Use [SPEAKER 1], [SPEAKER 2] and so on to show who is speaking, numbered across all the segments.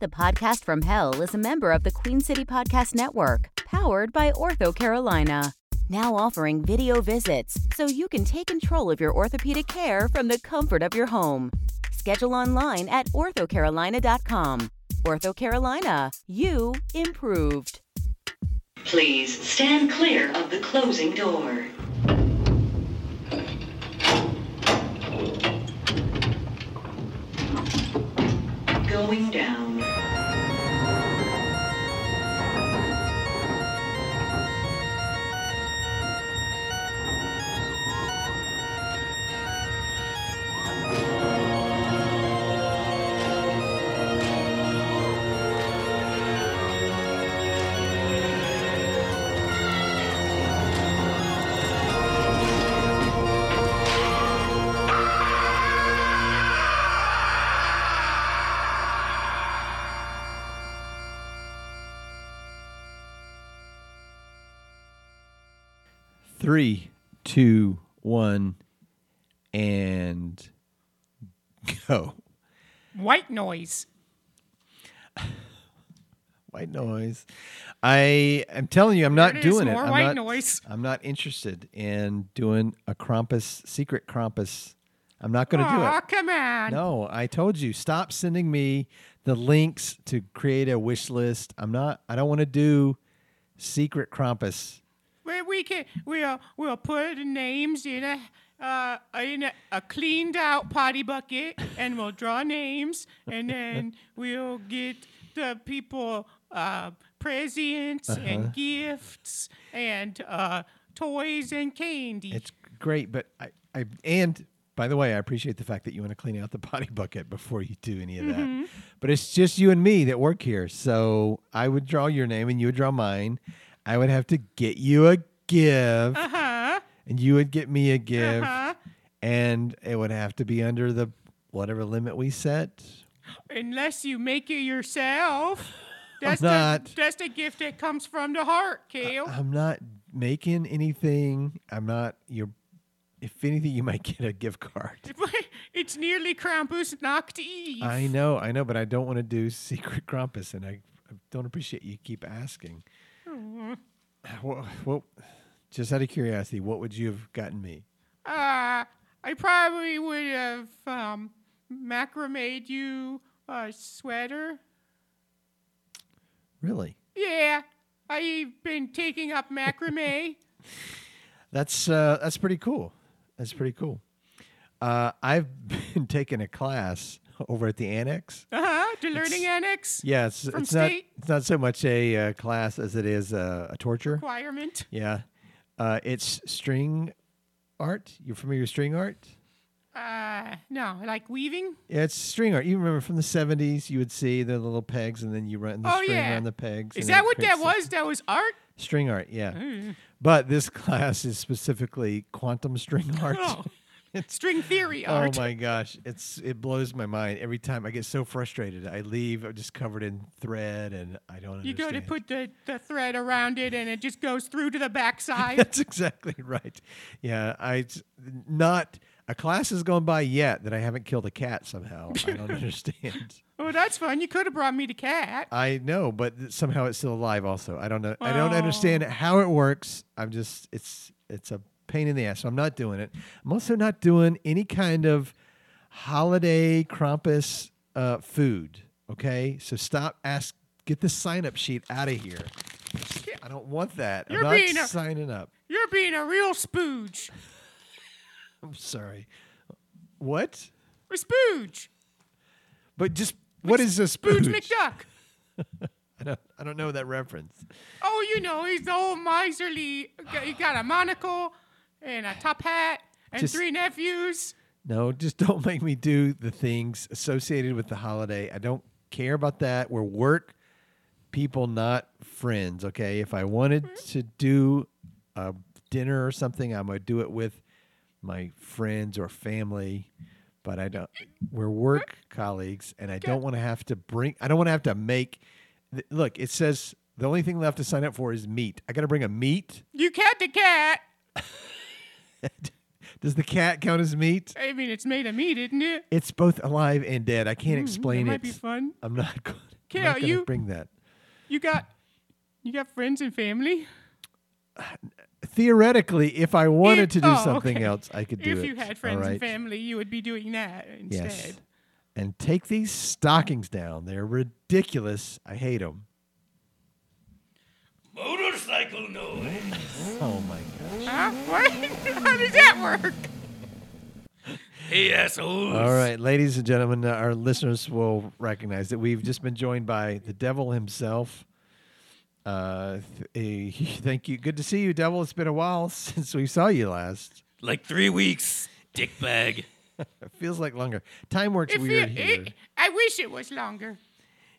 [SPEAKER 1] The Podcast from Hell is a member of the Queen City Podcast Network, powered by Ortho Carolina. Now offering video visits so you can take control of your orthopedic care from the comfort of your home. Schedule online at orthocarolina.com. Ortho Carolina, you improved.
[SPEAKER 2] Please stand clear of the closing door. Going down.
[SPEAKER 3] Three, two, one, and go.
[SPEAKER 4] White noise.
[SPEAKER 3] White noise. I am telling you, I'm not
[SPEAKER 4] it is,
[SPEAKER 3] doing it.
[SPEAKER 4] more
[SPEAKER 3] I'm
[SPEAKER 4] white
[SPEAKER 3] not,
[SPEAKER 4] noise.
[SPEAKER 3] I'm not interested in doing a Krampus secret Krampus. I'm not going to do
[SPEAKER 4] Aw,
[SPEAKER 3] it.
[SPEAKER 4] come on.
[SPEAKER 3] No, I told you, stop sending me the links to create a wish list. I'm not. I don't want to do secret Krampus.
[SPEAKER 4] We, we can we'll we'll put the names in a uh in a, a cleaned out potty bucket and we'll draw names and then we'll get the people uh presents
[SPEAKER 3] Uh-huh.
[SPEAKER 4] and gifts and uh toys and candy.
[SPEAKER 3] It's great, but I, I and by the way, I appreciate the fact that you want to clean out the potty bucket before you do any of that. But it's just you and me that work here. So I would draw your name and you would draw mine. I would have to get you a gift. And you would get me a gift. And it would have to be under the whatever limit we set.
[SPEAKER 4] Unless you make it yourself. That's
[SPEAKER 3] not. Uh, uh-huh.
[SPEAKER 4] the that's the gift that comes from the heart, Kale.
[SPEAKER 3] I'm not making anything. I'm not you're if anything you might get a gift card.
[SPEAKER 4] it's nearly Krampus knocked Eve.
[SPEAKER 3] I know, I know, but I don't want to do Secret Krampus, and I, I don't appreciate you keep asking. Well, well, just out of curiosity, what would you have gotten me?
[SPEAKER 4] Uh, I probably would have um, macrame you a sweater.
[SPEAKER 3] Really?
[SPEAKER 4] Yeah, I've been taking up macrame.
[SPEAKER 3] That's uh, that's pretty cool. That's pretty cool. Uh, I've been taking a class over at the Annex.
[SPEAKER 4] uh huh. The learning annex
[SPEAKER 3] Yeah, it's,
[SPEAKER 4] From
[SPEAKER 3] it's not
[SPEAKER 4] state?
[SPEAKER 3] it's not so much a uh, class as it is uh, a torture.
[SPEAKER 4] requirement.
[SPEAKER 3] Yeah, uh, it's string art. You're familiar with string art?
[SPEAKER 4] Uh, no, like weaving.
[SPEAKER 3] Yeah, it's string art. You remember from the seventies, you would see the little pegs, and then you run the
[SPEAKER 4] Oh,
[SPEAKER 3] string
[SPEAKER 4] yeah.
[SPEAKER 3] around the pegs.
[SPEAKER 4] Is
[SPEAKER 3] and
[SPEAKER 4] that
[SPEAKER 3] it
[SPEAKER 4] what that
[SPEAKER 3] creates the-
[SPEAKER 4] was? Mm. That was art.
[SPEAKER 3] String art, yeah. But this class is specifically quantum string art.
[SPEAKER 4] Oh, string theory art.
[SPEAKER 3] Oh my gosh, it's it blows my mind every time. I get so frustrated. I leave. I'm just covered in thread, and I don't.
[SPEAKER 4] You go
[SPEAKER 3] understand.
[SPEAKER 4] to put the, the thread around it, and it just goes through to the backside.
[SPEAKER 3] That's exactly right. Yeah, I it's not a class has gone by yet that I haven't killed a cat somehow. I don't understand.
[SPEAKER 4] oh, that's fun. You could have brought me the cat.
[SPEAKER 3] I know, but th- somehow it's still alive. Also, I don't know. I don't understand how it works. I'm just it's it's a pain in the ass. So I'm not doing it. I'm also not doing any kind of holiday Krampus uh, food. Okay, so stop. Ask. Get the sign up sheet out of here. I don't want that.
[SPEAKER 4] You're
[SPEAKER 3] I'm
[SPEAKER 4] being
[SPEAKER 3] not
[SPEAKER 4] a-
[SPEAKER 3] signing up.
[SPEAKER 4] You're being a real spooge.
[SPEAKER 3] I'm sorry. What?
[SPEAKER 4] A spooge.
[SPEAKER 3] But just what is a
[SPEAKER 4] Spooge
[SPEAKER 3] spooge?
[SPEAKER 4] McDuck.
[SPEAKER 3] I don't. I don't know that reference.
[SPEAKER 4] Oh, you know, he's the old miserly. He got a monocle and a top hat and
[SPEAKER 3] Just-
[SPEAKER 4] three nephews.
[SPEAKER 3] No, just don't make me do the things associated with the holiday. I don't care about that. We're work people, not friends. Okay. If I wanted to do a dinner or something, I'm going to do it with my friends or family. But I don't, we're work colleagues, and I don't want to have to bring, I don't want to have to make, th- look, it says the only thing left to sign up for is meat. I got to bring a meat.
[SPEAKER 4] You cat the cat.
[SPEAKER 3] Does the cat count as meat?
[SPEAKER 4] I mean, it's made of meat, isn't it?
[SPEAKER 3] It's both alive and dead. I can't
[SPEAKER 4] Mm-hmm, That
[SPEAKER 3] explain it.
[SPEAKER 4] might be fun.
[SPEAKER 3] I'm not going. I'm
[SPEAKER 4] Carol,
[SPEAKER 3] not gonna
[SPEAKER 4] you
[SPEAKER 3] bring that.
[SPEAKER 4] you got you got friends and family.
[SPEAKER 3] Theoretically, if I wanted
[SPEAKER 4] If-
[SPEAKER 3] to do
[SPEAKER 4] oh,
[SPEAKER 3] something
[SPEAKER 4] okay.
[SPEAKER 3] else, I could do
[SPEAKER 4] if
[SPEAKER 3] it.
[SPEAKER 4] you
[SPEAKER 3] all
[SPEAKER 4] had friends
[SPEAKER 3] right?
[SPEAKER 4] and family, you would be doing that instead.
[SPEAKER 3] Yes. And take these stockings down. They're ridiculous. I hate them.
[SPEAKER 5] Motorcycle noise.
[SPEAKER 3] Oh my god.
[SPEAKER 4] Huh? What? How does that work?
[SPEAKER 5] Hey, assholes.
[SPEAKER 3] All right, ladies and gentlemen, uh, our listeners will recognize that we've just been joined by the devil himself. Uh, th- eh, thank you. Good to see you, devil. It's been a while since we saw you last.
[SPEAKER 5] Like three weeks, dickbag.
[SPEAKER 3] It feels like longer. Time works
[SPEAKER 4] If
[SPEAKER 3] weird
[SPEAKER 4] you-
[SPEAKER 3] here.
[SPEAKER 4] it- I wish it was longer.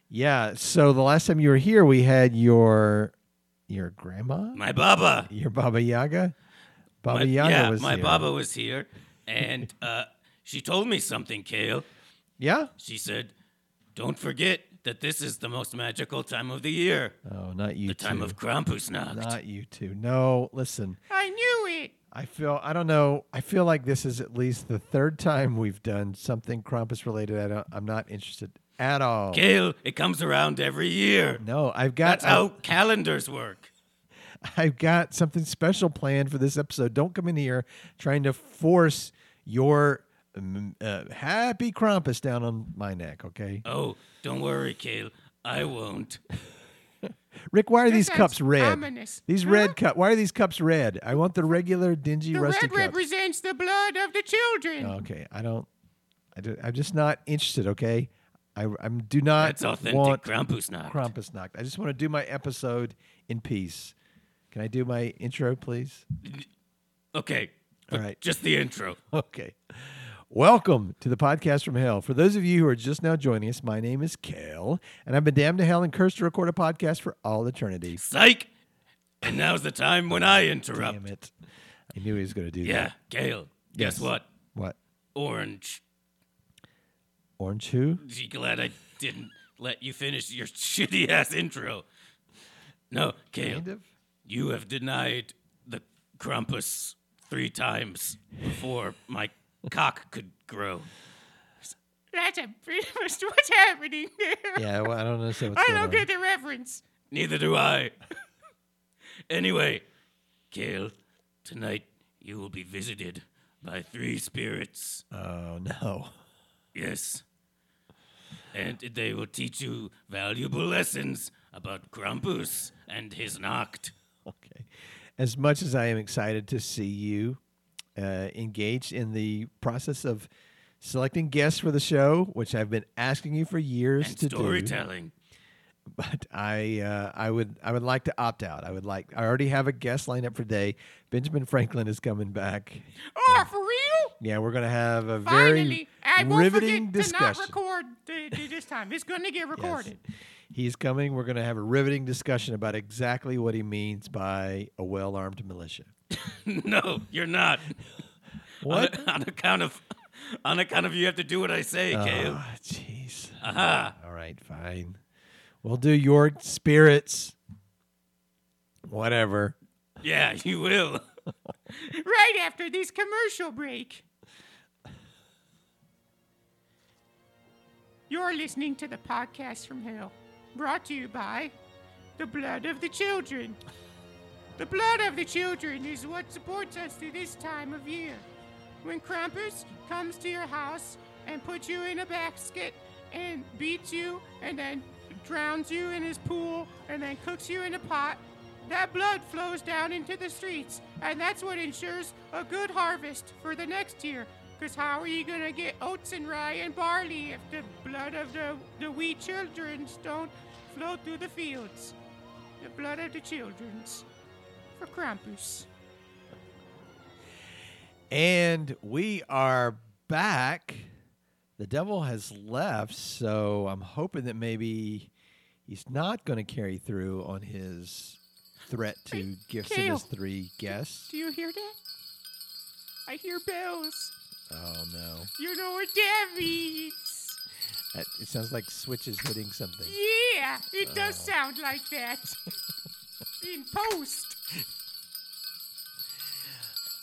[SPEAKER 3] Yeah. So the last time you were here, we had your your grandma,
[SPEAKER 5] My baba.
[SPEAKER 3] your Baba Yaga. Baba
[SPEAKER 5] My-
[SPEAKER 3] Yaga
[SPEAKER 5] yeah,
[SPEAKER 3] was
[SPEAKER 5] my
[SPEAKER 3] here.
[SPEAKER 5] baba was here, and uh, she told me something, Kale.
[SPEAKER 3] Yeah.
[SPEAKER 5] She said, "Don't forget that this is the most magical time of the year,
[SPEAKER 3] Oh, not you.
[SPEAKER 5] the time
[SPEAKER 3] two.
[SPEAKER 5] of Krampusnacht."
[SPEAKER 3] Not you two. No, listen.
[SPEAKER 4] I knew it.
[SPEAKER 3] I feel I don't know. I feel like this is at least the third time we've done something Krampus related. I don't. I'm not interested at all.
[SPEAKER 5] Kale, it comes around every year.
[SPEAKER 3] no, I've got
[SPEAKER 5] That's how calendars work.
[SPEAKER 3] I've got something special planned for this episode. Don't come in here trying to force your um, uh, happy Krampus down on my neck. Okay,
[SPEAKER 5] Oh, don't worry, Kale. I won't.
[SPEAKER 3] Rick, why are
[SPEAKER 4] That
[SPEAKER 3] these
[SPEAKER 4] sounds
[SPEAKER 3] cups red?
[SPEAKER 4] ominous.
[SPEAKER 3] These
[SPEAKER 4] Huh?
[SPEAKER 3] red cup. Why are these cups red? I want the regular dingy
[SPEAKER 4] The
[SPEAKER 3] rusty
[SPEAKER 4] red
[SPEAKER 3] cups. Oh.
[SPEAKER 4] represents the blood of the children.
[SPEAKER 3] Okay, I don't. I do, I'm just not interested. Okay, I I'm do not
[SPEAKER 5] That's authentic
[SPEAKER 3] want
[SPEAKER 5] Krampusnacht.
[SPEAKER 3] Krampusnacht. I just want to do my episode in peace. Can I do my intro, please?
[SPEAKER 5] Okay, but
[SPEAKER 3] right.
[SPEAKER 5] just the intro.
[SPEAKER 3] Okay. Welcome to the podcast from hell. For those of you who are just now joining us, my name is Kale, and I've been damned to hell and cursed to record a podcast for all eternity.
[SPEAKER 5] Psych. And now's the time when I interrupt.
[SPEAKER 3] Damn it! I knew he was going to do
[SPEAKER 5] Yeah,
[SPEAKER 3] that.
[SPEAKER 5] Kale. Guess
[SPEAKER 3] Yes.
[SPEAKER 5] what?
[SPEAKER 3] What?
[SPEAKER 5] Orange.
[SPEAKER 3] Orange who?
[SPEAKER 5] You glad I didn't let you finish your shitty ass intro? No, Kale.
[SPEAKER 3] Kind of.
[SPEAKER 5] You have denied the Krampus three times before my cock could grow.
[SPEAKER 4] That's a what's happening there.
[SPEAKER 3] Yeah. Well, I don't understand what's
[SPEAKER 4] I
[SPEAKER 3] going
[SPEAKER 4] don't
[SPEAKER 3] on.
[SPEAKER 4] get the reference.
[SPEAKER 5] Neither do I. anyway, Kale, tonight you will be visited by three spirits.
[SPEAKER 3] Oh no.
[SPEAKER 5] Yes. And they will teach you valuable lessons about Krampus and his Nacht.
[SPEAKER 3] Okay. As much as I am excited to see you uh, engaged in the process of selecting guests for the show, which I've been asking you for years
[SPEAKER 5] and
[SPEAKER 3] to do,
[SPEAKER 5] storytelling.
[SPEAKER 3] but I, uh, I would, I would like to opt out. I would like. I already have a guest lined up for today. Benjamin Franklin is coming back.
[SPEAKER 4] Oh, for real?
[SPEAKER 3] Yeah, we're gonna have a
[SPEAKER 4] Finally, I
[SPEAKER 3] very
[SPEAKER 4] won't
[SPEAKER 3] riveting
[SPEAKER 4] forget to
[SPEAKER 3] discussion.
[SPEAKER 4] not record th- th- this time. It's going to get
[SPEAKER 3] Yes.
[SPEAKER 4] recorded.
[SPEAKER 3] He's coming. We're going to have a riveting discussion about exactly what he means by a well armed militia.
[SPEAKER 5] no, you're not.
[SPEAKER 3] What?
[SPEAKER 5] On, on account of, on account of you have to do what I say, Kale.
[SPEAKER 3] Ah, jeez.
[SPEAKER 5] Aha.
[SPEAKER 3] All right, fine. We'll do your spirits. Whatever.
[SPEAKER 5] Yeah, you will.
[SPEAKER 4] Right after this commercial break. You're listening to the podcast from hell, brought to you by the blood of the children. The blood of the children is what supports us through this time of year. When Krampus comes to your house and puts you in a basket and beats you and then drowns you in his pool and then cooks you in a pot, that blood flows down into the streets and that's what ensures a good harvest for the next year. Because how are you going to get oats and rye and barley if the blood of the, the wee children's don't flow through the fields? The blood of the children's for Krampus.
[SPEAKER 3] And we are back. The devil has left, so I'm hoping that maybe he's not going to carry through on his threat to give send
[SPEAKER 4] Kale.
[SPEAKER 3] us three guests.
[SPEAKER 4] Do you hear that? I hear bells.
[SPEAKER 3] Oh no.
[SPEAKER 4] You know what that means.
[SPEAKER 3] That- It sounds like switches hitting something.
[SPEAKER 4] Yeah, it does
[SPEAKER 3] Oh.
[SPEAKER 4] sound like that. In post.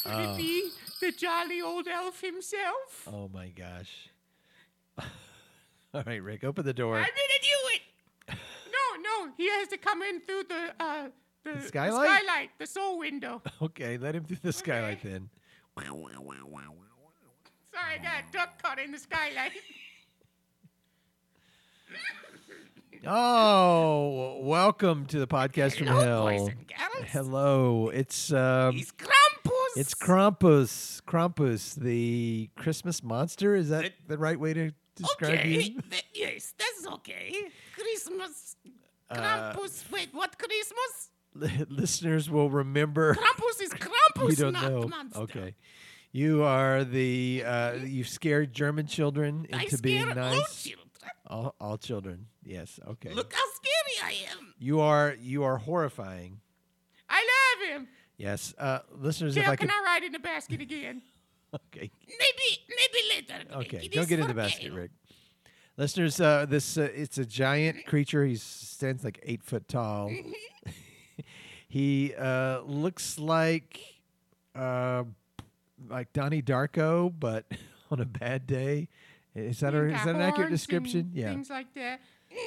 [SPEAKER 4] Could
[SPEAKER 3] Oh.
[SPEAKER 4] it be the jolly old elf himself?
[SPEAKER 3] Oh my gosh. Oh All right, Rick, open the door.
[SPEAKER 4] I'm gonna do it! He has to come in through the uh, the, the
[SPEAKER 3] skylight?
[SPEAKER 4] skylight, the soul winw.
[SPEAKER 3] Okay, let him through the skylight then.
[SPEAKER 4] Sorry, I got a duck caught in the skylight.
[SPEAKER 3] Oh, welcome to the podcast from hell.
[SPEAKER 4] boys and gals.
[SPEAKER 3] Hello, it's um,
[SPEAKER 4] He's Krampus.
[SPEAKER 3] it's Krampus. Krampus, the Christmas monster. Is that the right way to describe
[SPEAKER 4] Okay,
[SPEAKER 3] you?
[SPEAKER 4] th- yes, that's okay. Christmas.
[SPEAKER 3] Uh,
[SPEAKER 4] Krampus. Wait, what Christmas?
[SPEAKER 3] Listeners will remember.
[SPEAKER 4] Krampus is Krampus,
[SPEAKER 3] you don't
[SPEAKER 4] not
[SPEAKER 3] know.
[SPEAKER 4] monster.
[SPEAKER 3] Okay. You are the uh, you've scared German children
[SPEAKER 4] I
[SPEAKER 3] into being
[SPEAKER 4] scare all
[SPEAKER 3] nice.
[SPEAKER 4] children.
[SPEAKER 3] All, all children. Yes. Okay.
[SPEAKER 4] Look how scary I am.
[SPEAKER 3] You are you are horrifying.
[SPEAKER 4] I love him.
[SPEAKER 3] Yes. Uh, listeners, if
[SPEAKER 4] Dale,
[SPEAKER 3] I
[SPEAKER 4] can
[SPEAKER 3] could
[SPEAKER 4] I ride in the basket again?
[SPEAKER 3] Okay.
[SPEAKER 4] Maybe, maybe later.
[SPEAKER 3] Okay,
[SPEAKER 4] It
[SPEAKER 3] don't
[SPEAKER 4] is
[SPEAKER 3] get in
[SPEAKER 4] for
[SPEAKER 3] the basket,
[SPEAKER 4] Dale.
[SPEAKER 3] Rick. Listeners, uh, this uh, it's a giant creature. He stands like eight foot tall.
[SPEAKER 4] Mm-hmm.
[SPEAKER 3] he uh, looks like uh, like Donnie Darko, but on a bad day. Is that,
[SPEAKER 4] He's
[SPEAKER 3] a, is
[SPEAKER 4] got
[SPEAKER 3] that an
[SPEAKER 4] horns
[SPEAKER 3] accurate
[SPEAKER 4] and
[SPEAKER 3] description? Yeah,
[SPEAKER 4] Things like that.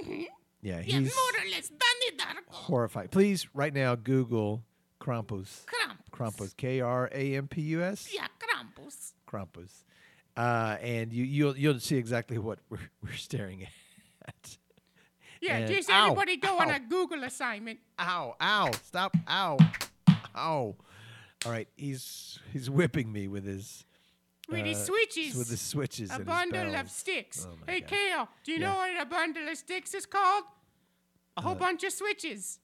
[SPEAKER 3] yeah.
[SPEAKER 4] Yeah,
[SPEAKER 3] He's
[SPEAKER 4] more or less. Danny Darko.
[SPEAKER 3] horrifying. Please, right now, Google Krampus.
[SPEAKER 4] Krampus.
[SPEAKER 3] Krampus. K R A M P U S.
[SPEAKER 4] Yeah, Krampus.
[SPEAKER 3] Krampus, uh, and you you'll you'll see exactly what we're we're staring at.
[SPEAKER 4] Yeah,
[SPEAKER 3] And-
[SPEAKER 4] just
[SPEAKER 3] Ow,
[SPEAKER 4] everybody go on
[SPEAKER 3] ow.
[SPEAKER 4] a Google assignment.
[SPEAKER 3] Ow! Ow! Stop! Ow! Ow! All right, he's he's whipping me with his
[SPEAKER 4] With his
[SPEAKER 3] uh,
[SPEAKER 4] switches.
[SPEAKER 3] with his switches,
[SPEAKER 4] a
[SPEAKER 3] and his
[SPEAKER 4] bundle of
[SPEAKER 3] bells.
[SPEAKER 4] sticks.
[SPEAKER 3] Oh my
[SPEAKER 4] hey,
[SPEAKER 3] God.
[SPEAKER 4] Kale, do you know what a bundle of sticks is called? A whole bunch of switches.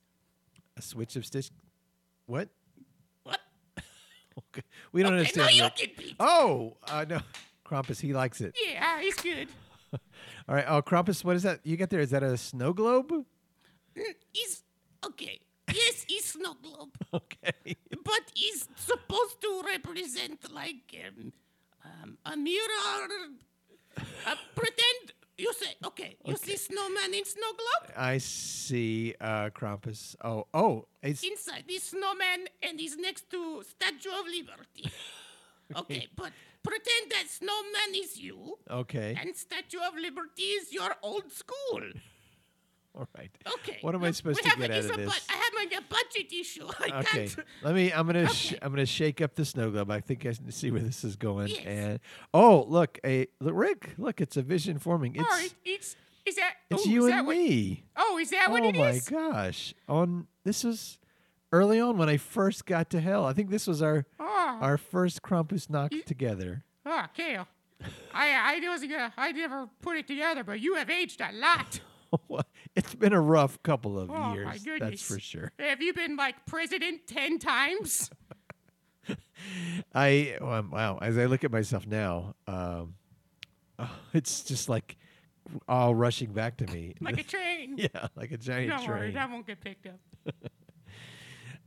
[SPEAKER 3] a switch of stitch. What?
[SPEAKER 4] What?
[SPEAKER 3] Okay, we don't
[SPEAKER 4] Okay, now
[SPEAKER 3] understand.
[SPEAKER 4] you
[SPEAKER 3] Rick.
[SPEAKER 4] can be.
[SPEAKER 3] Oh uh, no, Krampus, he likes it.
[SPEAKER 4] Yeah, he's good.
[SPEAKER 3] All right, oh Krampus, what is that you got there? Is that a snow globe?
[SPEAKER 4] Mm, He's okay. Yes, he's snow globe,
[SPEAKER 3] Okay.
[SPEAKER 4] but he's supposed to represent like um, um, a mirror. Uh, pretend you say okay. You see snowman in snow globe.
[SPEAKER 3] I see uh, Krampus. Oh, oh, it's
[SPEAKER 4] Inside this snowman, and he's next to Statue of Liberty. Okay, but pretend that snowman is you,
[SPEAKER 3] okay.
[SPEAKER 4] and Statue of Liberty is your old school.
[SPEAKER 3] All right.
[SPEAKER 4] Okay.
[SPEAKER 3] What am I
[SPEAKER 4] we
[SPEAKER 3] supposed to
[SPEAKER 4] have
[SPEAKER 3] get
[SPEAKER 4] a-
[SPEAKER 3] out
[SPEAKER 4] it's
[SPEAKER 3] of
[SPEAKER 4] a
[SPEAKER 3] this?
[SPEAKER 4] bud- I have like a budget issue. I
[SPEAKER 3] okay.
[SPEAKER 4] can't.
[SPEAKER 3] Let me. I'm gonna. Sh- I'm gonna shake up the snow globe. I think I s- see where this is going.
[SPEAKER 4] Yes.
[SPEAKER 3] And oh, look, a look, Rick. Look, it's a vision forming. It's
[SPEAKER 4] All right, it's is that
[SPEAKER 3] it's
[SPEAKER 4] oh,
[SPEAKER 3] you
[SPEAKER 4] is that
[SPEAKER 3] and
[SPEAKER 4] what,
[SPEAKER 3] me.
[SPEAKER 4] Oh, is that what
[SPEAKER 3] oh
[SPEAKER 4] it
[SPEAKER 3] my
[SPEAKER 4] is?
[SPEAKER 3] gosh! On this is early on when I first got to hell. I think this was our
[SPEAKER 4] Oh.
[SPEAKER 3] our first Krampus knock together.
[SPEAKER 4] Ah, Kale. I I wasn't gonna I never put it together, but you have aged a lot.
[SPEAKER 3] it's been a rough couple of
[SPEAKER 4] Oh my
[SPEAKER 3] years. That's
[SPEAKER 4] goodness.
[SPEAKER 3] for sure.
[SPEAKER 4] Have you been like president ten times?
[SPEAKER 3] I um, wow. As I look at myself now, um, it's just like all rushing back to me.
[SPEAKER 4] Like a train.
[SPEAKER 3] Yeah, like a giant
[SPEAKER 4] Don't worry,
[SPEAKER 3] train.
[SPEAKER 4] that won't get picked up.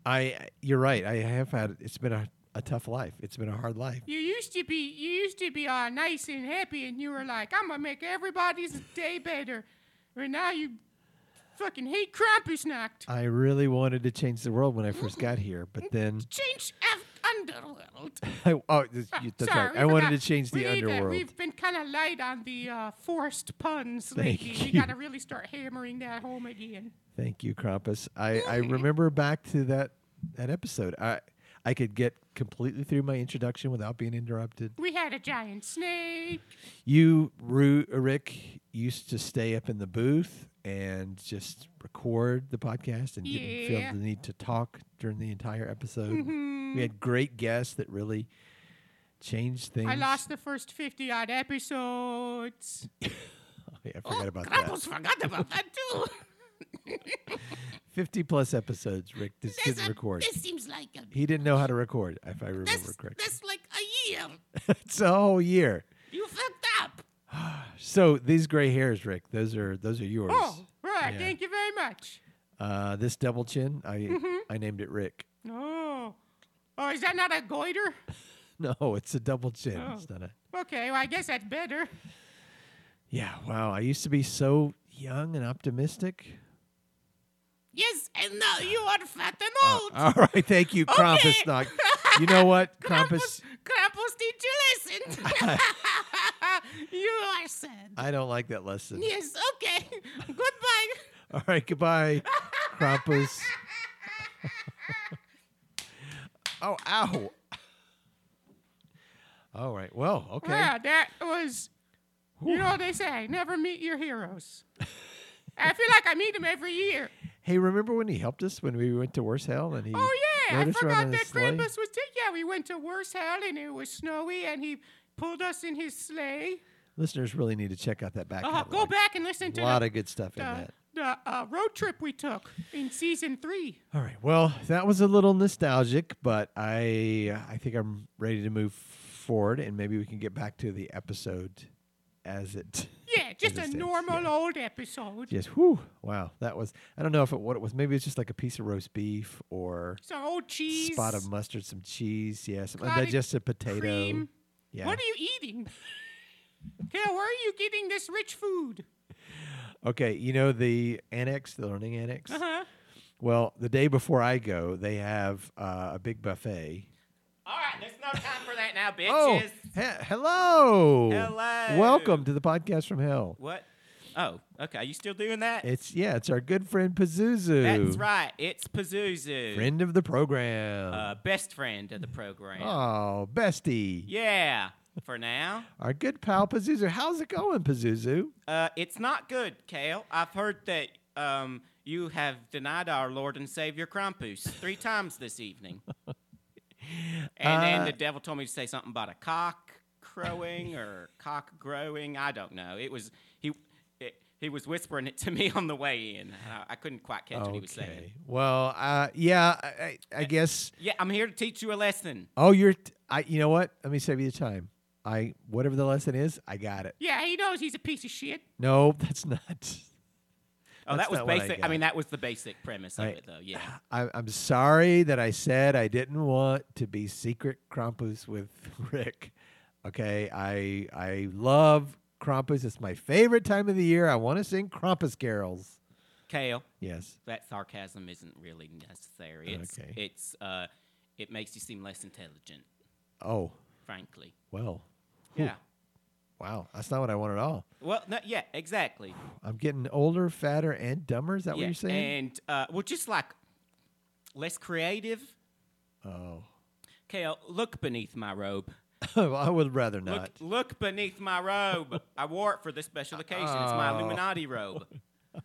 [SPEAKER 3] I you're right. I have had it's been a, a tough life. It's been a hard life.
[SPEAKER 4] You used to be you used to be all nice and happy and you were like, I'm gonna make everybody's day better. But now you fucking hate Krampusnacht.
[SPEAKER 3] I really wanted to change the world when I first got here, but then
[SPEAKER 4] Change F underworld.
[SPEAKER 3] I, oh, this-
[SPEAKER 4] Ah,
[SPEAKER 3] you- that's
[SPEAKER 4] sorry,
[SPEAKER 3] right.
[SPEAKER 4] we
[SPEAKER 3] I wanted to
[SPEAKER 4] forgot.
[SPEAKER 3] change the
[SPEAKER 4] We need to-
[SPEAKER 3] underworld.
[SPEAKER 4] We've been kind of light on the uh, forced puns
[SPEAKER 3] Thank
[SPEAKER 4] lately.
[SPEAKER 3] you.
[SPEAKER 4] We got to really start hammering that home again.
[SPEAKER 3] Thank you, Krampus. I, I remember back to that that episode. I I could get completely through my introduction without being interrupted.
[SPEAKER 4] We had a giant snake.
[SPEAKER 3] You, Ru, Rick, used to stay up in the booth and just record the podcast and didn't
[SPEAKER 4] Yeah. Mm-hmm.
[SPEAKER 3] feel the need to talk during the entire episode. We had great guests that really changed things.
[SPEAKER 4] I lost the first 50 odd episodes.
[SPEAKER 3] Oh, yeah, I forgot about
[SPEAKER 4] Krampus
[SPEAKER 3] that.
[SPEAKER 4] forgot about that too.
[SPEAKER 3] 50 plus episodes, Rick just
[SPEAKER 4] That's
[SPEAKER 3] didn't
[SPEAKER 4] a-
[SPEAKER 3] record.
[SPEAKER 4] This seems like a.
[SPEAKER 3] He didn't know how to record, if I remember
[SPEAKER 4] That's,
[SPEAKER 3] correctly.
[SPEAKER 4] that's like a year.
[SPEAKER 3] it's a whole year.
[SPEAKER 4] You fucked up.
[SPEAKER 3] So these gray hairs, Rick, those are those are yours.
[SPEAKER 4] Oh, right.
[SPEAKER 3] Yeah.
[SPEAKER 4] Thank you very much.
[SPEAKER 3] Uh, this double chin, I
[SPEAKER 4] Mm-hmm.
[SPEAKER 3] I named it Rick.
[SPEAKER 4] Oh. Oh, is that not a goiter?
[SPEAKER 3] No, it's a double chin. It's
[SPEAKER 4] Oh.
[SPEAKER 3] not a
[SPEAKER 4] Okay, well, I guess that's better.
[SPEAKER 3] Yeah, wow. I used to be so young and optimistic.
[SPEAKER 4] Yes, and now you are fat and old.
[SPEAKER 3] All right, thank you, Krampus. Knock. You know what, Krampus?
[SPEAKER 4] Krampus, did you listen? you are sad.
[SPEAKER 3] Uh, I don't like that lesson.
[SPEAKER 4] Yes, okay. Goodbye.
[SPEAKER 3] All right, goodbye. Krampus. oh, ow. All right. Well, okay.
[SPEAKER 4] Well, that was. You know what they say: never meet your heroes. I feel like I meet them every year.
[SPEAKER 3] Hey, remember when he helped us when we went to Worse Hell and he
[SPEAKER 4] Oh yeah,
[SPEAKER 3] rode
[SPEAKER 4] I
[SPEAKER 3] us around
[SPEAKER 4] forgot
[SPEAKER 3] on
[SPEAKER 4] that
[SPEAKER 3] his sleigh?
[SPEAKER 4] Krampus was. T- yeah, we went to Worse Hell and it was snowy, and he pulled us in his sleigh.
[SPEAKER 3] Listeners really need to check out that back.
[SPEAKER 4] Uh, go
[SPEAKER 3] catalog.
[SPEAKER 4] back and listen to
[SPEAKER 3] A lot
[SPEAKER 4] the,
[SPEAKER 3] of good stuff in
[SPEAKER 4] the,
[SPEAKER 3] that.
[SPEAKER 4] the uh, road trip we took in season three.
[SPEAKER 3] All right. Well, that was a little nostalgic, but I I think I'm ready to move forward, and maybe we can get back to the episode as it.
[SPEAKER 4] Yeah, just a
[SPEAKER 3] Understand,
[SPEAKER 4] normal old episode.
[SPEAKER 3] Yes. Whew. Wow. That was. I don't know if it what it was. Maybe it's just like a piece of roast beef or
[SPEAKER 4] Some old cheese.
[SPEAKER 3] spot of mustard, some cheese. Yeah. Some
[SPEAKER 4] clotted
[SPEAKER 3] undigested potato.
[SPEAKER 4] cream.
[SPEAKER 3] Yeah.
[SPEAKER 4] What are you eating? Kale, where are you getting this rich food?
[SPEAKER 3] Okay, you know the annex, the learning annex.
[SPEAKER 4] Uh-huh.
[SPEAKER 3] Well, the day before I go, they have uh, a big buffet.
[SPEAKER 5] All right, there's no time for that now, bitches.
[SPEAKER 3] Oh, he- hello!
[SPEAKER 5] Hello.
[SPEAKER 3] Welcome to the podcast from hell.
[SPEAKER 5] What? Oh, okay. You still doing that?
[SPEAKER 3] It's yeah, it's our good friend Pazuzu.
[SPEAKER 5] That's right. It's Pazuzu,
[SPEAKER 3] friend of the program.
[SPEAKER 5] uh, best friend of the program.
[SPEAKER 3] oh, bestie,
[SPEAKER 5] Yeah, for now.
[SPEAKER 3] our good pal Pazuzu. How's it going, Pazuzu?
[SPEAKER 5] Uh, it's not good, Kale. I've heard that um, you have denied our Lord and Savior Krampus three times this evening. And then
[SPEAKER 3] Uh,
[SPEAKER 5] the devil told me to say something about a cock crowing or cock growing. I don't know. It was he. It, he was whispering it to me on the way in. I, I couldn't quite catch what he was saying.
[SPEAKER 3] Well, uh, yeah, I, I, I guess.
[SPEAKER 5] Yeah, I'm here to teach you a lesson.
[SPEAKER 3] Oh, you're. T- I. You know what? Let me save you the time. I whatever the lesson is, I got it.
[SPEAKER 4] Yeah, he knows he's a piece of shit.
[SPEAKER 3] No, that's not.
[SPEAKER 5] Oh,
[SPEAKER 3] That's
[SPEAKER 5] that was
[SPEAKER 3] not what I
[SPEAKER 5] basic. I, mean,
[SPEAKER 3] got.
[SPEAKER 5] that was the basic premise
[SPEAKER 3] I-
[SPEAKER 5] of it, though. Yeah.
[SPEAKER 3] I, I'm sorry that I said I didn't want to be secret Krampus with Rick. Okay, I I love Krampus. It's my favorite time of the year. I want to sing Krampus carols.
[SPEAKER 5] Kale,
[SPEAKER 3] Yes.
[SPEAKER 5] that sarcasm isn't really necessary. It's
[SPEAKER 3] Okay.
[SPEAKER 5] it's uh, it makes you seem less intelligent,
[SPEAKER 3] Oh
[SPEAKER 5] frankly.
[SPEAKER 3] well.
[SPEAKER 5] Yeah.
[SPEAKER 3] Wow, that's not what I want at all.
[SPEAKER 5] Well, no, yeah, exactly.
[SPEAKER 3] I'm getting older, fatter, and dumber. Is that
[SPEAKER 5] yeah.
[SPEAKER 3] what you're saying?
[SPEAKER 5] And uh, well, just like less creative.
[SPEAKER 3] oh,
[SPEAKER 5] Kale, look beneath my robe.
[SPEAKER 3] Well, Oh, I would rather not.
[SPEAKER 5] Look, look beneath my robe. I wore it for this special occasion. It's my Illuminati robe.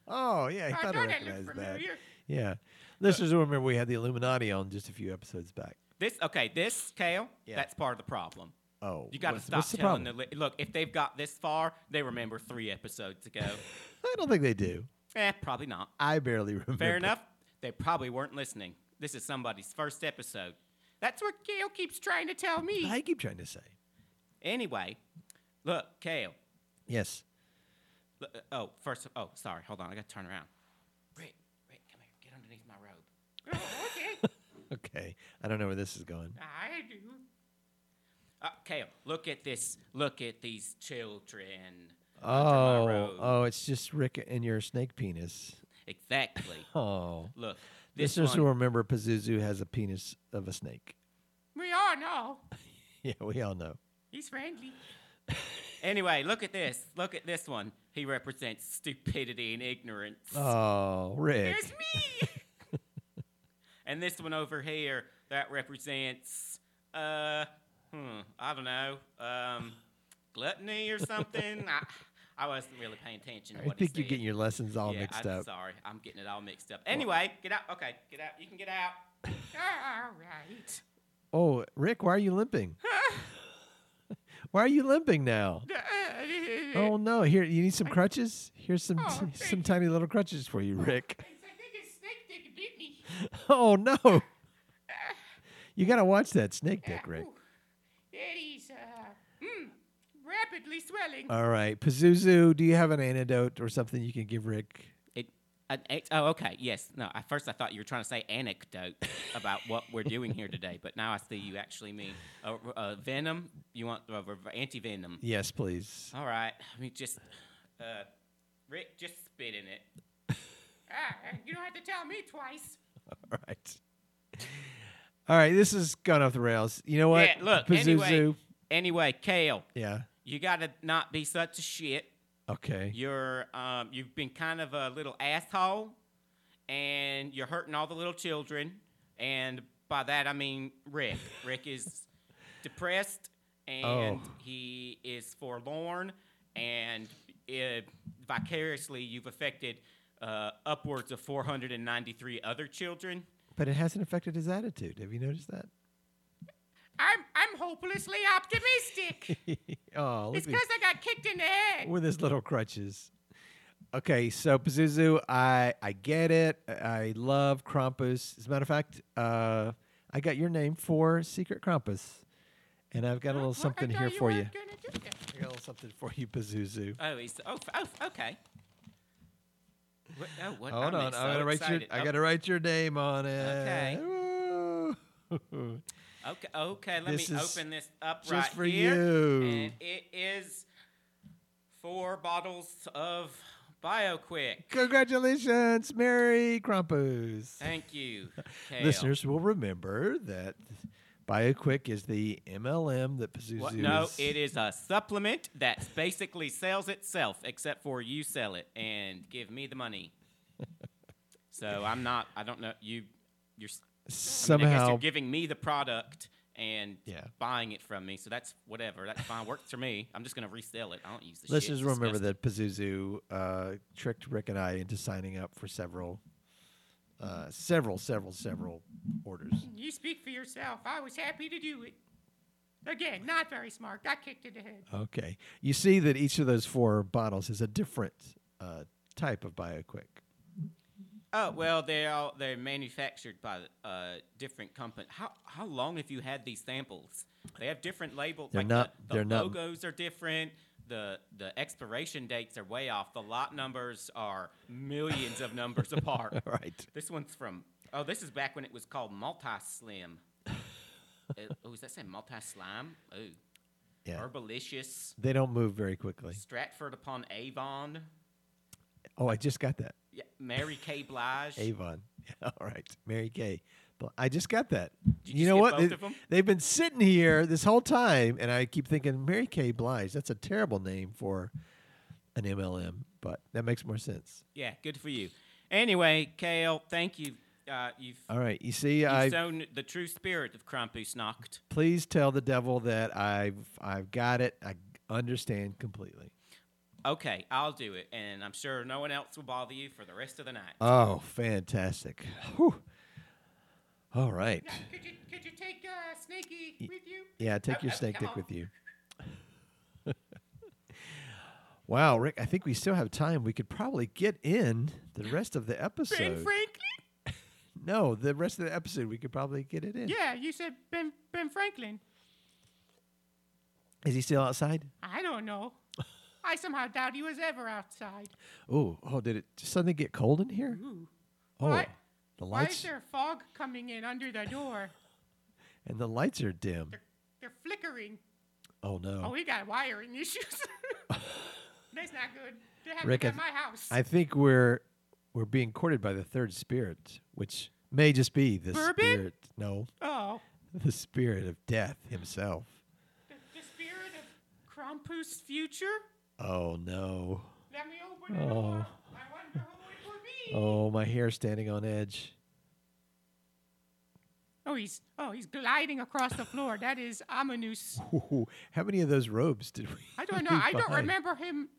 [SPEAKER 3] Oh yeah, I thought I
[SPEAKER 4] thought it looked
[SPEAKER 3] recognized that.
[SPEAKER 4] familiar.
[SPEAKER 3] Yeah, listeners will remember we had the Illuminati on just a few episodes back.
[SPEAKER 5] This okay? This Kale.
[SPEAKER 3] Yeah.
[SPEAKER 5] That's part of the problem.
[SPEAKER 3] Oh,
[SPEAKER 5] You got to
[SPEAKER 3] what's-
[SPEAKER 5] stop
[SPEAKER 3] what's the
[SPEAKER 5] telling
[SPEAKER 3] problem?
[SPEAKER 5] the li- look. If they've got this far, they remember three episodes ago.
[SPEAKER 3] I don't think they do.
[SPEAKER 5] eh, probably not.
[SPEAKER 3] I barely remember.
[SPEAKER 5] Fair enough. They probably weren't listening. This is somebody's first episode.
[SPEAKER 4] That's what Kale keeps trying to tell me.
[SPEAKER 3] I keep trying to say.
[SPEAKER 5] Anyway, look, Kale.
[SPEAKER 3] Yes.
[SPEAKER 5] L- uh, oh, first. Oh, sorry. Hold on. I got to turn around. Rick, Rick, come here. Get underneath my robe.
[SPEAKER 4] oh, okay.
[SPEAKER 3] Okay. I don't know where this is going.
[SPEAKER 4] I do.
[SPEAKER 5] Uh, Kale, look at this. Look at these children.
[SPEAKER 3] Oh,
[SPEAKER 5] robe.
[SPEAKER 3] oh, it's just Rick and your snake penis.
[SPEAKER 5] Exactly.
[SPEAKER 3] Oh,
[SPEAKER 5] look. This
[SPEAKER 3] listeners will
[SPEAKER 5] one.
[SPEAKER 3] remember Pazuzu has a penis of a snake.
[SPEAKER 4] We all know
[SPEAKER 3] Yeah, we all know.
[SPEAKER 4] he's friendly.
[SPEAKER 5] Anyway, look at this. Look at this one. He represents stupidity and ignorance.
[SPEAKER 3] Oh, Rick.
[SPEAKER 4] There's me.
[SPEAKER 5] And this one over here that represents, uh, hmm, I don't know, um, gluttony or something. I, I wasn't really paying attention. To
[SPEAKER 3] I
[SPEAKER 5] what he
[SPEAKER 3] think you're
[SPEAKER 5] said.
[SPEAKER 3] getting your lessons all
[SPEAKER 5] yeah,
[SPEAKER 3] mixed
[SPEAKER 5] I'm
[SPEAKER 3] up.
[SPEAKER 5] Sorry, I'm getting it all mixed up. Anyway, get out. Okay, get out. You can get out.
[SPEAKER 4] all right.
[SPEAKER 3] Oh, Rick, why are you limping? why are you limping now? Oh no! Here, you need some crutches. Here's some
[SPEAKER 4] Oh, thank
[SPEAKER 3] some
[SPEAKER 4] you.
[SPEAKER 3] tiny little crutches for you, Rick.
[SPEAKER 4] I think a snake did bit me.
[SPEAKER 3] Oh no! You gotta watch that snake dick, Rick.
[SPEAKER 4] Ooh, It is uh, mm, rapidly swelling.
[SPEAKER 3] All right, Pazuzu, do you have an antidote or something you can give Rick?
[SPEAKER 5] It, an ex- oh, okay. Yes. No. At first, I thought you were trying to say anecdote about what we're doing here today, but now I see you actually mean uh, uh, venom. You want uh, anti venom?
[SPEAKER 3] Yes, please.
[SPEAKER 5] All right. Let me just, uh, Rick, just spit in it.
[SPEAKER 4] Ah, you don't have to tell me twice.
[SPEAKER 5] Uh,
[SPEAKER 3] All right. All right, this is gone off the rails. You know what?
[SPEAKER 5] Yeah. Look. Anyway, anyway, Kale,
[SPEAKER 3] Yeah.
[SPEAKER 5] you gotta not be such a shit.
[SPEAKER 3] Okay.
[SPEAKER 5] You're, um, you've been kind of a little asshole,
[SPEAKER 6] and you're hurting all the little children. And by that, I mean Rick. Rick is depressed and
[SPEAKER 3] Oh.
[SPEAKER 6] he is forlorn. And uh vicariously, you've affected uh, upwards of 493 other children.
[SPEAKER 3] But it hasn't affected his attitude. Have you noticed that?
[SPEAKER 4] I'm I'm hopelessly optimistic.
[SPEAKER 3] Oh, look
[SPEAKER 4] it's
[SPEAKER 3] at
[SPEAKER 4] because I got kicked in the head.
[SPEAKER 3] with his little crutches. Okay, so Pazuzu, I I get it. I love Krampus. As a matter of fact, uh, I got your name for Secret Krampus, and I've got a little
[SPEAKER 4] What? I
[SPEAKER 3] something
[SPEAKER 4] thought
[SPEAKER 3] here for you.
[SPEAKER 4] weren't gonna do that.
[SPEAKER 3] I got a little something for you, Pazuzu.
[SPEAKER 6] Oh, he's oh, f- oh okay. What, oh, what?
[SPEAKER 3] Hold
[SPEAKER 6] I'm
[SPEAKER 3] on,
[SPEAKER 6] so
[SPEAKER 3] I gotta write
[SPEAKER 6] excited.
[SPEAKER 3] your I
[SPEAKER 6] Oh,
[SPEAKER 3] gotta write your name on it.
[SPEAKER 6] Okay.
[SPEAKER 3] Woo.
[SPEAKER 6] Oh, Okay, okay. Let
[SPEAKER 3] This
[SPEAKER 6] me
[SPEAKER 3] is
[SPEAKER 6] open this up
[SPEAKER 3] just
[SPEAKER 6] right
[SPEAKER 3] for
[SPEAKER 6] here.
[SPEAKER 3] you.
[SPEAKER 6] And it is four bottles of BioQuick.
[SPEAKER 3] Congratulations, Merry Krampus.
[SPEAKER 6] Thank you, Kale.
[SPEAKER 3] Listeners will remember that BioQuick is the MLM that Pazuzu
[SPEAKER 6] What- no,
[SPEAKER 3] is-
[SPEAKER 6] it is a supplement that basically sells itself, except for you sell it and give me the money. so I'm not. I don't know you. You're s- I mean, I guess
[SPEAKER 3] somehow
[SPEAKER 6] you're giving me the product and
[SPEAKER 3] Yeah.
[SPEAKER 6] buying it from me. So that's whatever. That's fine. Works for me. I'm just gonna resell it. I don't use the
[SPEAKER 3] Let's
[SPEAKER 6] shit.
[SPEAKER 3] just
[SPEAKER 6] It's
[SPEAKER 3] remember
[SPEAKER 6] disgusting.
[SPEAKER 3] that Pazuzu uh, tricked Rick and I into signing up for several, uh, several, several, several orders.
[SPEAKER 4] You speak for yourself. I was happy to do it. Again, not very smart. Got kicked in the head.
[SPEAKER 3] Okay, you see that each of those four bottles is a different uh, type of BioQuick.
[SPEAKER 6] Oh well, they're all, they're manufactured by uh, different companies. How how long have you had these samples? They have different labels.
[SPEAKER 3] They're
[SPEAKER 6] like
[SPEAKER 3] not-
[SPEAKER 6] The, the
[SPEAKER 3] they're not-
[SPEAKER 6] logos are different. The the expiration dates are way off. The lot numbers are millions of numbers apart.
[SPEAKER 3] All right,
[SPEAKER 6] This one's from oh, this is back when it was called Multi Slim. Uh, oh, is that saying Multi Slime? Oh,
[SPEAKER 3] yeah,
[SPEAKER 6] Herbalicious,
[SPEAKER 3] they don't move very quickly.
[SPEAKER 6] Stratford upon Avon,
[SPEAKER 3] Oh, I just got that
[SPEAKER 6] yeah, Mary K. Blige.
[SPEAKER 3] Avon. All right, Mary Kay. But I just got that.
[SPEAKER 6] Did
[SPEAKER 3] you
[SPEAKER 6] you
[SPEAKER 3] know
[SPEAKER 6] skip
[SPEAKER 3] what?
[SPEAKER 6] both
[SPEAKER 3] They-
[SPEAKER 6] of 'em?
[SPEAKER 3] They've been sitting here this whole time, and I keep thinking Mary Kay Blige. That's a terrible name for an MLM, but that makes more sense.
[SPEAKER 6] Yeah, good for you. Anyway, Kale, thank you. Uh, you've,
[SPEAKER 3] All right. You see,
[SPEAKER 6] you've
[SPEAKER 3] I
[SPEAKER 6] shown the true spirit of Krampusnacht.
[SPEAKER 3] please tell the devil that I've I've got it. I understand completely.
[SPEAKER 6] Okay, I'll do it, and I'm sure no one else will bother you for the rest of the night.
[SPEAKER 3] Oh, fantastic! Whew. All right.
[SPEAKER 4] Now, could you could you take uh, Snakey with you?
[SPEAKER 3] Yeah, take your
[SPEAKER 4] Oh, oh,
[SPEAKER 3] snake
[SPEAKER 4] come
[SPEAKER 3] dick
[SPEAKER 4] on.
[SPEAKER 3] with you. wow, Rick. I think we still have time. We could probably get in the rest of the
[SPEAKER 4] Ben
[SPEAKER 3] episode.
[SPEAKER 4] Franklin?
[SPEAKER 3] No, the rest of the episode. We could probably get it in.
[SPEAKER 4] Yeah, you said Ben Ben Franklin.
[SPEAKER 3] Is he still outside?
[SPEAKER 4] I don't know. I somehow doubt he was ever outside.
[SPEAKER 3] Oh, oh, did it just suddenly get cold in here? Oh,
[SPEAKER 4] Why-
[SPEAKER 3] the
[SPEAKER 4] Why is
[SPEAKER 3] lights
[SPEAKER 4] there fog coming in under the door?
[SPEAKER 3] and the lights are dim.
[SPEAKER 4] They're, they're flickering.
[SPEAKER 3] Oh no.
[SPEAKER 4] Oh, we got wiring issues. That's not good. That happened
[SPEAKER 3] Rick, I
[SPEAKER 4] at
[SPEAKER 3] th-
[SPEAKER 4] my house.
[SPEAKER 3] I think we're we're being courted by the third spirit, which may just be the
[SPEAKER 4] Bourbon?
[SPEAKER 3] spirit. No,
[SPEAKER 4] oh,
[SPEAKER 3] the spirit of death himself.
[SPEAKER 4] the, the spirit of Krampus' future?
[SPEAKER 3] Oh no!
[SPEAKER 4] Let me open the door. I wonder who it would be.
[SPEAKER 3] Oh, my hair standing on edge.
[SPEAKER 4] Oh, he's oh he's gliding across the floor. That is ominous.
[SPEAKER 3] Ooh, how many of those robes did we?
[SPEAKER 4] I don't know.
[SPEAKER 3] leave
[SPEAKER 4] I don't
[SPEAKER 3] behind?
[SPEAKER 4] remember him.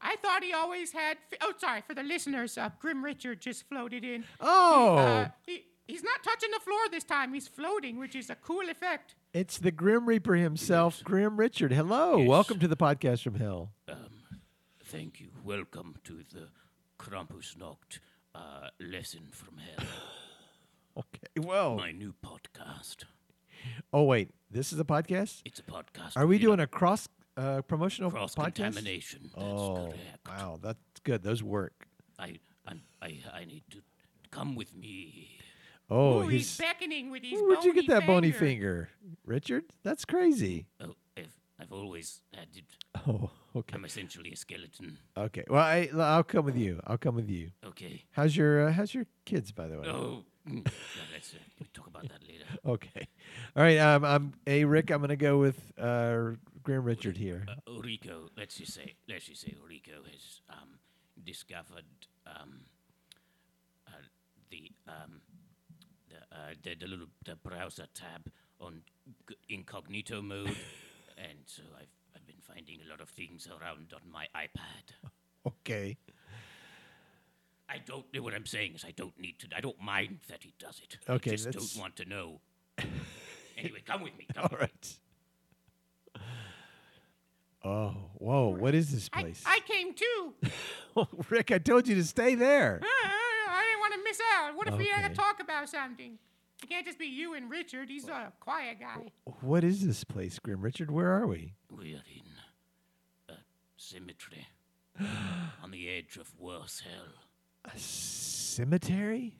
[SPEAKER 4] I thought he always had. Fi- oh, sorry for the listeners. Uh, Grim Richard just floated in.
[SPEAKER 3] Oh,
[SPEAKER 4] Uh, he, he's not touching the floor this time. He's floating, which is a cool effect.
[SPEAKER 3] it's the Grim Reaper himself, Grim Richard. Hello,
[SPEAKER 5] Yes.
[SPEAKER 3] welcome to the podcast from hell.
[SPEAKER 5] Thank you. Welcome to the Krampusnacht uh, lesson from hell.
[SPEAKER 3] Okay. Whoa.
[SPEAKER 5] My new podcast.
[SPEAKER 3] Oh wait, this is a podcast.
[SPEAKER 5] It's a podcast.
[SPEAKER 3] Are we
[SPEAKER 5] you know,
[SPEAKER 3] doing a cross uh, promotional
[SPEAKER 5] cross
[SPEAKER 3] podcast?
[SPEAKER 5] contamination? That's
[SPEAKER 3] Oh,
[SPEAKER 5] correct.
[SPEAKER 3] wow, that's good. Those work.
[SPEAKER 5] I, I I I need to come with me.
[SPEAKER 3] Oh,
[SPEAKER 4] Ooh,
[SPEAKER 3] he's.
[SPEAKER 4] he's beckoning with his.
[SPEAKER 3] Where'd you get that bony
[SPEAKER 4] finger.
[SPEAKER 3] finger, Richard? That's crazy.
[SPEAKER 5] Oh, I've I've always had it.
[SPEAKER 3] Oh, okay.
[SPEAKER 5] I'm essentially a skeleton.
[SPEAKER 3] Okay. Well, I, I'll come with you. I'll come with you.
[SPEAKER 5] Okay.
[SPEAKER 3] How's your uh, How's your kids, by the way?
[SPEAKER 5] Oh, mm, no, that's uh, we talk about that later.
[SPEAKER 3] Okay. All right. Um, I'm a Rick. I'm gonna go with uh, Grim Richard here.
[SPEAKER 5] Uh, Rico, let's just say, let's just say, Rico has um, discovered um, uh, um, the, uh, the, the little the browser tab on g- incognito mode, and so I've I've been finding a lot of things around on my iPad.
[SPEAKER 3] Okay.
[SPEAKER 5] I don't know what I'm saying is I don't need to. I don't mind that he does it.
[SPEAKER 3] Okay,
[SPEAKER 5] I just
[SPEAKER 3] that's-
[SPEAKER 5] don't want to know. anyway, come with me. Come
[SPEAKER 3] All
[SPEAKER 5] with me.
[SPEAKER 3] right. Oh, whoa. What is this
[SPEAKER 4] I,
[SPEAKER 3] place? Oh,
[SPEAKER 4] I came too.
[SPEAKER 3] Rick, I told you to stay there.
[SPEAKER 4] Uh, I didn't want to miss out. What if we had
[SPEAKER 3] Okay.
[SPEAKER 4] to talk about something? It can't just be you and Richard. He's a quiet guy.
[SPEAKER 3] What is this place, Grim Richard? Where are we?
[SPEAKER 5] We are in a cemetery on the edge of worse hell.
[SPEAKER 3] A cemetery?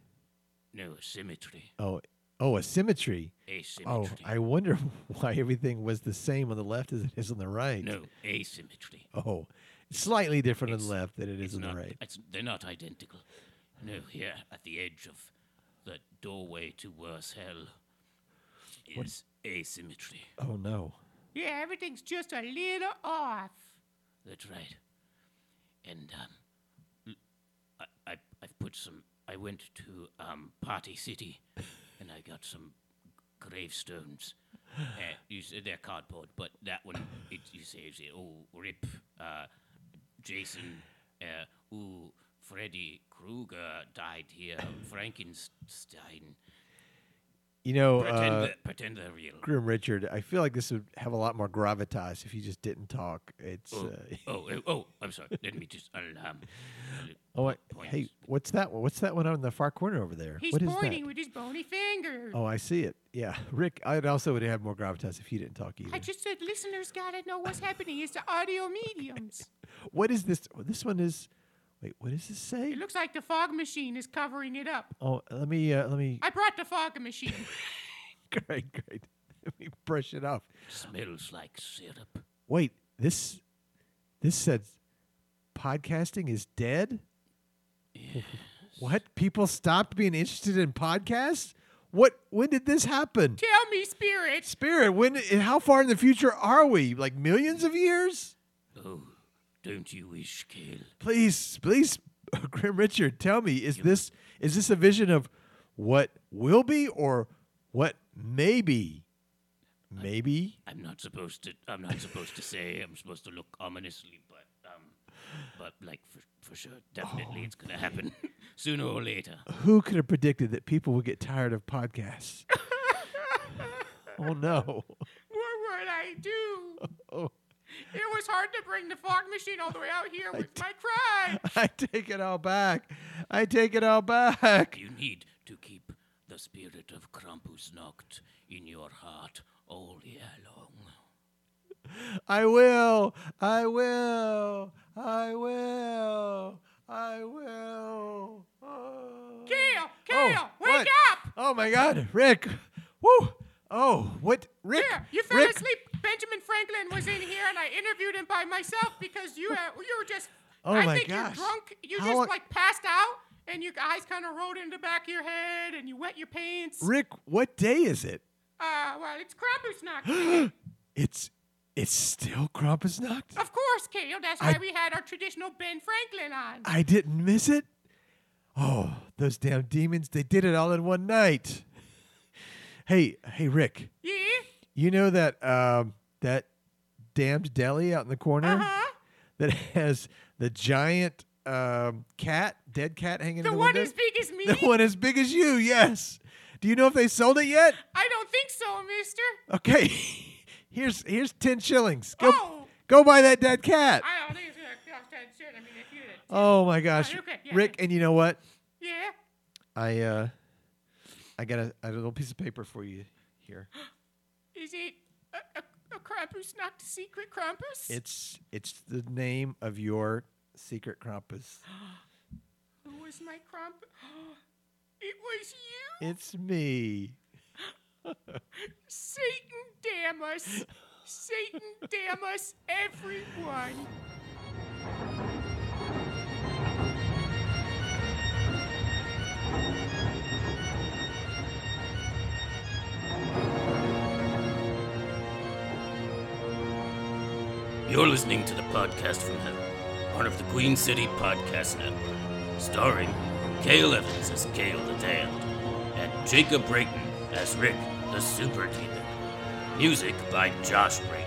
[SPEAKER 5] No, a cemetery.
[SPEAKER 3] Oh, oh, a cemetery.
[SPEAKER 5] A
[SPEAKER 3] Oh,
[SPEAKER 5] cemetery.
[SPEAKER 3] I wonder why everything was the same on the left as it is on the right.
[SPEAKER 5] No, asymmetry.
[SPEAKER 3] Oh, it's slightly different on
[SPEAKER 5] It's-
[SPEAKER 3] the left than it
[SPEAKER 5] It's
[SPEAKER 3] is on
[SPEAKER 5] not,
[SPEAKER 3] the right.
[SPEAKER 5] It's, they're not identical. No, here at the edge of the doorway to worse hell is asymmetry.
[SPEAKER 3] Oh no.
[SPEAKER 4] Yeah, everything's just a little off.
[SPEAKER 5] That's right. And um, l- I, I, I've put some. I went to um, Party City, and I got some gravestones. Uh, you said they're cardboard, but that one, it, you say, you say, oh, Rip, uh, Jason, uh, ooh, Freddy Krueger died here, Frankenstein.
[SPEAKER 3] You know,
[SPEAKER 5] Pretend,
[SPEAKER 3] uh,
[SPEAKER 5] they're, pretend they're real.
[SPEAKER 3] Grim Richard, I feel like this would have a lot more gravitas if you just didn't talk. It's
[SPEAKER 5] Oh,
[SPEAKER 3] uh,
[SPEAKER 5] oh, oh, oh, I'm sorry. Let me just. I'll, um,
[SPEAKER 3] oh, I,
[SPEAKER 5] points.
[SPEAKER 3] hey, what's that one? What's that one out in the far corner over there?
[SPEAKER 4] He's
[SPEAKER 3] what is
[SPEAKER 4] pointing
[SPEAKER 3] that?
[SPEAKER 4] with his bony finger.
[SPEAKER 3] Oh, I see it. Yeah, Rick. I also would have more gravitas if you didn't talk either.
[SPEAKER 4] I just said listeners gotta know what's happening. It's the audio mediums.
[SPEAKER 3] what is this? oh, this one is. Wait, what does this say?
[SPEAKER 4] It looks like the fog machine is covering it up.
[SPEAKER 3] Oh, let me uh, let me.
[SPEAKER 4] I brought the fog machine.
[SPEAKER 3] Great, great. Let me brush it off.
[SPEAKER 5] smells like syrup.
[SPEAKER 3] Wait, this this said podcasting is dead? What? People stopped being interested in podcasts? What when did this happen?
[SPEAKER 4] Tell me, spirit.
[SPEAKER 3] Spirit, when and how far in the future are we? Like millions of years?
[SPEAKER 5] Oh, don't you wish, Kale?
[SPEAKER 3] Please, please Grim Richard, tell me, is this is this a vision of what will be or what may be? Maybe?
[SPEAKER 5] I'm not supposed to. I'm not supposed to say. I'm supposed to look ominously, but um, but like for, for sure, definitely, it's gonna happen sooner or later.
[SPEAKER 3] Who could have predicted that people would get tired of podcasts? oh no.
[SPEAKER 4] What would I do?
[SPEAKER 3] Oh,
[SPEAKER 4] It was hard to bring the fog machine all the way out here with my cry.
[SPEAKER 3] I take it all back. I take it all back.
[SPEAKER 5] You need to keep the spirit of Krampusnacht in your heart all year long.
[SPEAKER 3] I will. I will. I will. I will. Oh.
[SPEAKER 4] Kale,
[SPEAKER 3] Oh,
[SPEAKER 4] Kale, wake
[SPEAKER 3] what?
[SPEAKER 4] up!
[SPEAKER 3] Oh my God, Rick. Woo. Oh, what, Rick?
[SPEAKER 4] Here, you fell
[SPEAKER 3] Rick.
[SPEAKER 4] asleep. Benjamin Franklin was in here, and I interviewed him by myself because you uh, you were just.
[SPEAKER 3] Oh
[SPEAKER 4] I
[SPEAKER 3] my
[SPEAKER 4] think
[SPEAKER 3] gosh.
[SPEAKER 4] you're drunk. You
[SPEAKER 3] How
[SPEAKER 4] just
[SPEAKER 3] long-
[SPEAKER 4] like passed out, and your eyes kind of rolled in the back of your head, and you wet your pants.
[SPEAKER 3] Rick, what day is it?
[SPEAKER 4] Uh, well, it's Krampusnacht.
[SPEAKER 3] It's, it's still Krampusnacht.
[SPEAKER 4] of course, Kale. That's
[SPEAKER 3] I-
[SPEAKER 4] why we had our traditional Ben Franklin on.
[SPEAKER 3] I didn't miss it. Oh, those damn demons! They did it all in one night. Hey, hey, Rick.
[SPEAKER 4] yeah.
[SPEAKER 3] You know that um, that damned deli out in the corner
[SPEAKER 4] Uh-huh.
[SPEAKER 3] that has the giant um, cat, dead cat hanging
[SPEAKER 4] The
[SPEAKER 3] in the
[SPEAKER 4] one
[SPEAKER 3] window?
[SPEAKER 4] as big as me.
[SPEAKER 3] The one as big as you. Yes. Do you know if they sold it yet?
[SPEAKER 4] I don't think so, Mister.
[SPEAKER 3] Okay. here's here's ten shillings. Go
[SPEAKER 4] Oh.
[SPEAKER 3] go buy that dead cat.
[SPEAKER 4] I don't think it's gonna cost that shit. I mean, if you did.
[SPEAKER 3] oh my gosh,
[SPEAKER 4] okay, yeah,
[SPEAKER 3] Rick.
[SPEAKER 4] yeah.
[SPEAKER 3] And you know what?
[SPEAKER 4] Yeah.
[SPEAKER 3] I uh, I got a, a little piece of paper for you here.
[SPEAKER 4] Is it a, a, a Krampusnacht secret Krampus?
[SPEAKER 3] It's it's the name of your secret Krampus.
[SPEAKER 4] Who was my crump? It was you,
[SPEAKER 3] It's me.
[SPEAKER 4] Satan damn us. Satan damn us, everyone.
[SPEAKER 5] You're listening to the podcast from Hell, part of the Queen City Podcast Network, starring Kale Evans as Kale the Damned, Jacob Brayton as Rick, the Super Demon. Music by Josh Brayton.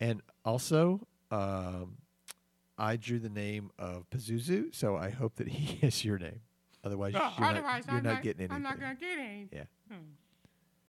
[SPEAKER 3] And also, um, I drew the name of Pazuzu, so I hope that he is your name. Otherwise,
[SPEAKER 4] Uh,
[SPEAKER 3] you're,
[SPEAKER 4] otherwise,
[SPEAKER 3] not, you're
[SPEAKER 4] I'm
[SPEAKER 3] not getting anything.
[SPEAKER 4] I'm not gonna get anything.
[SPEAKER 3] yeah.
[SPEAKER 4] Hmm.